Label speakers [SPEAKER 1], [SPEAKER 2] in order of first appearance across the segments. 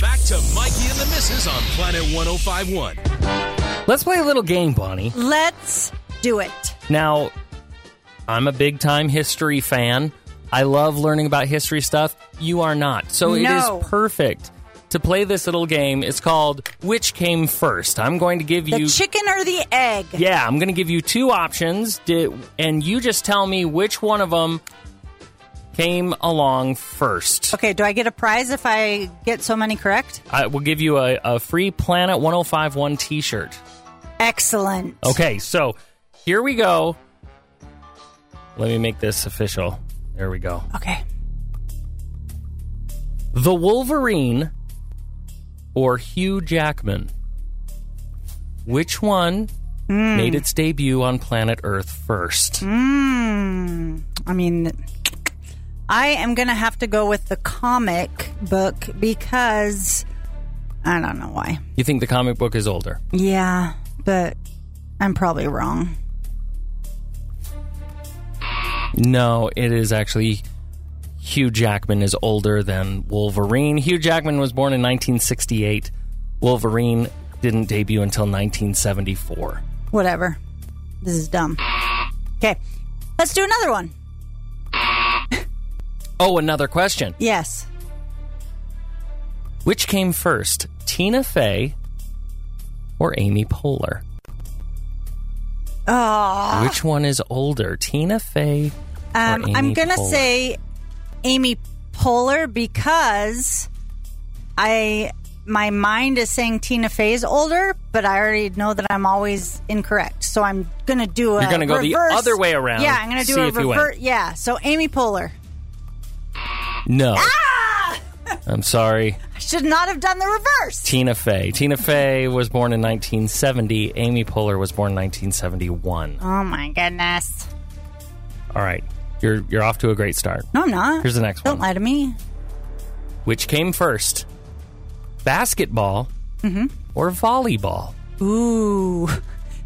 [SPEAKER 1] Back to Mikey and the Misses on Planet 1051.
[SPEAKER 2] Let's play a little game, Bonnie.
[SPEAKER 3] Let's do it.
[SPEAKER 2] Now, I'm a big time history fan. I love learning about history stuff. You are not. So
[SPEAKER 3] No.
[SPEAKER 2] it is perfect to play this little game. It's called Which Came First. I'm going to give
[SPEAKER 3] The
[SPEAKER 2] you.
[SPEAKER 3] chicken or the egg?
[SPEAKER 2] yeah, I'm going to give you two options, di- and you just tell me which one of them came along first.
[SPEAKER 3] Okay, do I get a prize if I get so many correct?
[SPEAKER 2] I will give you a, a free Planet 1051 t shirt.
[SPEAKER 3] Excellent.
[SPEAKER 2] Okay, so here we go. Let me make this official. There we go.
[SPEAKER 3] Okay.
[SPEAKER 2] The Wolverine or Hugh Jackman? Which one made its debut on planet Earth first?
[SPEAKER 3] Hmm, I mean, I am going to have to go with the comic book because I don't know why.
[SPEAKER 2] You think the comic book is older?
[SPEAKER 3] Yeah, but I'm probably wrong.
[SPEAKER 2] No, it is actually Hugh Jackman is older than Wolverine. Hugh Jackman was born in 1968. Wolverine didn't debut until 1974.
[SPEAKER 3] Whatever. This is dumb. Okay. Let's do another one.
[SPEAKER 2] Oh, another question.
[SPEAKER 3] Yes.
[SPEAKER 2] Which came first, Tina Fey or Amy Poehler?
[SPEAKER 3] Oh,
[SPEAKER 2] Which one is older, Tina Fey?
[SPEAKER 3] um, I'm
[SPEAKER 2] Amy
[SPEAKER 3] going to
[SPEAKER 2] Poehler.
[SPEAKER 3] say Amy Poehler because I my mind is saying Tina Fey's older, but I already know that I'm always incorrect. So I'm going to do a
[SPEAKER 2] You're gonna go the
[SPEAKER 3] reverse-
[SPEAKER 2] other way around.
[SPEAKER 3] Yeah, I'm going to do
[SPEAKER 2] See
[SPEAKER 3] a
[SPEAKER 2] if you win.
[SPEAKER 3] reverse. Yeah, so Amy Poehler.
[SPEAKER 2] No.
[SPEAKER 3] Ah!
[SPEAKER 2] I'm sorry,
[SPEAKER 3] I should not have done the reverse.
[SPEAKER 2] Tina Fey. Tina Fey was born in 1970. Amy Poehler was born in 1971.
[SPEAKER 3] Oh my goodness.
[SPEAKER 2] All right, you're you're off to a great start.
[SPEAKER 3] No, I'm not.
[SPEAKER 2] Here's the next
[SPEAKER 3] Don't
[SPEAKER 2] one.
[SPEAKER 3] lie to me.
[SPEAKER 2] Which came first, basketball
[SPEAKER 3] Mm-hmm.
[SPEAKER 2] or volleyball?
[SPEAKER 3] Ooh.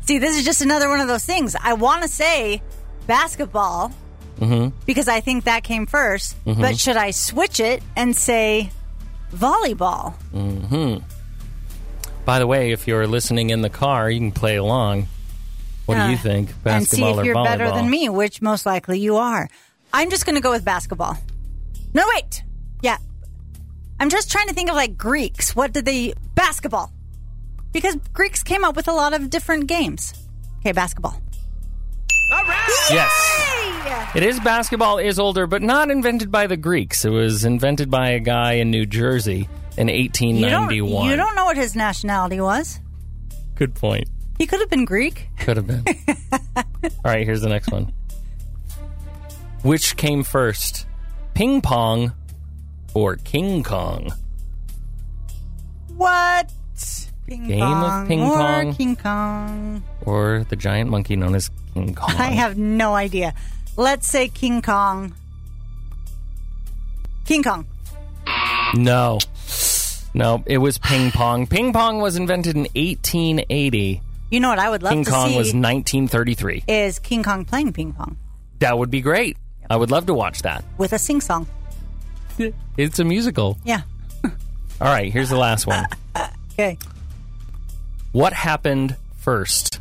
[SPEAKER 3] See, this is just another one of those things. I want to say basketball
[SPEAKER 2] Mm-hmm.
[SPEAKER 3] because I think that came 1st But should I switch it and say volleyball?
[SPEAKER 2] By the way, if you're listening in the car, you can play along. What do you
[SPEAKER 3] Uh,
[SPEAKER 2] think,
[SPEAKER 3] and see
[SPEAKER 2] basketball
[SPEAKER 3] if you're
[SPEAKER 2] or volleyball?
[SPEAKER 3] better than me, which most likely you are. I'm just going to go with basketball. No, wait. Yeah. I'm just trying to think of like Greeks. What did they basketball? Because Greeks came up with a lot of different games. Okay, basketball.
[SPEAKER 2] Yes.
[SPEAKER 3] Hey!
[SPEAKER 2] It is basketball is older, but not invented by the Greeks. It was invented by a guy in New Jersey in
[SPEAKER 3] You don't,
[SPEAKER 2] 1891.
[SPEAKER 3] you don't know what his nationality was.
[SPEAKER 2] Good point.
[SPEAKER 3] He could have been Greek.
[SPEAKER 2] Could have been. All right, here's the next one. Which came first, ping pong or King Kong?
[SPEAKER 3] What? Ping
[SPEAKER 2] Game of ping
[SPEAKER 3] or
[SPEAKER 2] pong.
[SPEAKER 3] King Kong.
[SPEAKER 2] Or the giant monkey known as King Kong?
[SPEAKER 3] I have no idea. Let's say King Kong. King Kong.
[SPEAKER 2] No. No, it was ping pong. Ping pong was invented in 1880.
[SPEAKER 3] You know what I would love
[SPEAKER 2] King
[SPEAKER 3] to
[SPEAKER 2] Kong
[SPEAKER 3] see
[SPEAKER 2] was 1933.
[SPEAKER 3] is King Kong playing ping pong
[SPEAKER 2] That would be great. I would love to watch that.
[SPEAKER 3] with a sing song.
[SPEAKER 2] It's a musical.
[SPEAKER 3] Yeah.
[SPEAKER 2] All right, here's the last one.
[SPEAKER 3] Okay.
[SPEAKER 2] What happened first?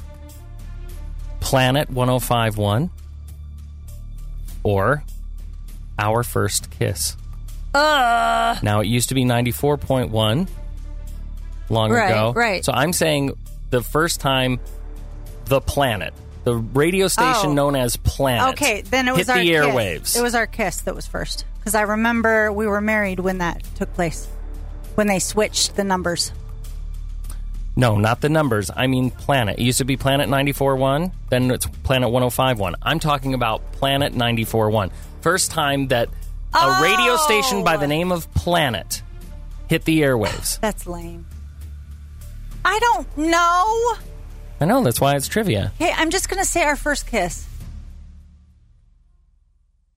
[SPEAKER 2] Planet 1051 or Our First Kiss? Uh. Now, it used to be 94.1 long
[SPEAKER 3] Right,
[SPEAKER 2] ago.
[SPEAKER 3] right.
[SPEAKER 2] So I'm saying the first time the planet, the radio station
[SPEAKER 3] Oh.
[SPEAKER 2] known as Planet,
[SPEAKER 3] Okay. Then it was
[SPEAKER 2] hit
[SPEAKER 3] our
[SPEAKER 2] the
[SPEAKER 3] kiss.
[SPEAKER 2] airwaves.
[SPEAKER 3] It was our kiss that was first because I remember we were married when that took place when they switched the numbers.
[SPEAKER 2] No, not the numbers. I mean planet. It used to be planet 94.1, then it's planet 105.1. I'm talking about planet 94.1. First time that a radio
[SPEAKER 3] Oh.
[SPEAKER 2] station by the name of Planet hit the airwaves.
[SPEAKER 3] That's lame. I don't know.
[SPEAKER 2] I know, that's why it's trivia.
[SPEAKER 3] Okay, I'm just gonna say our first kiss.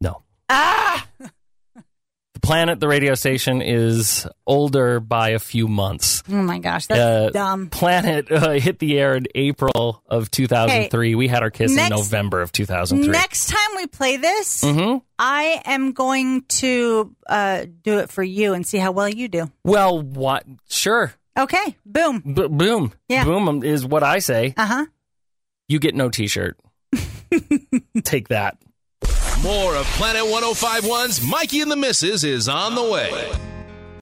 [SPEAKER 2] No. Ah! The planet, the radio station, is older by a few months.
[SPEAKER 3] Oh my gosh, that's
[SPEAKER 2] Uh,
[SPEAKER 3] dumb.
[SPEAKER 2] Planet uh, hit the air in April of 2003. we had our kiss
[SPEAKER 3] next-
[SPEAKER 2] in November of 2003.
[SPEAKER 3] Next time we play this, I am going to uh, do it for you and see how well you do.
[SPEAKER 2] Well, what? Sure.
[SPEAKER 3] Okay, boom.
[SPEAKER 2] B- boom.
[SPEAKER 3] Yeah.
[SPEAKER 2] Boom is what I say.
[SPEAKER 3] Uh huh.
[SPEAKER 2] You get no t shirt. Take that.
[SPEAKER 1] oh More of Planet 1051's Mikey and the Missus is on the way.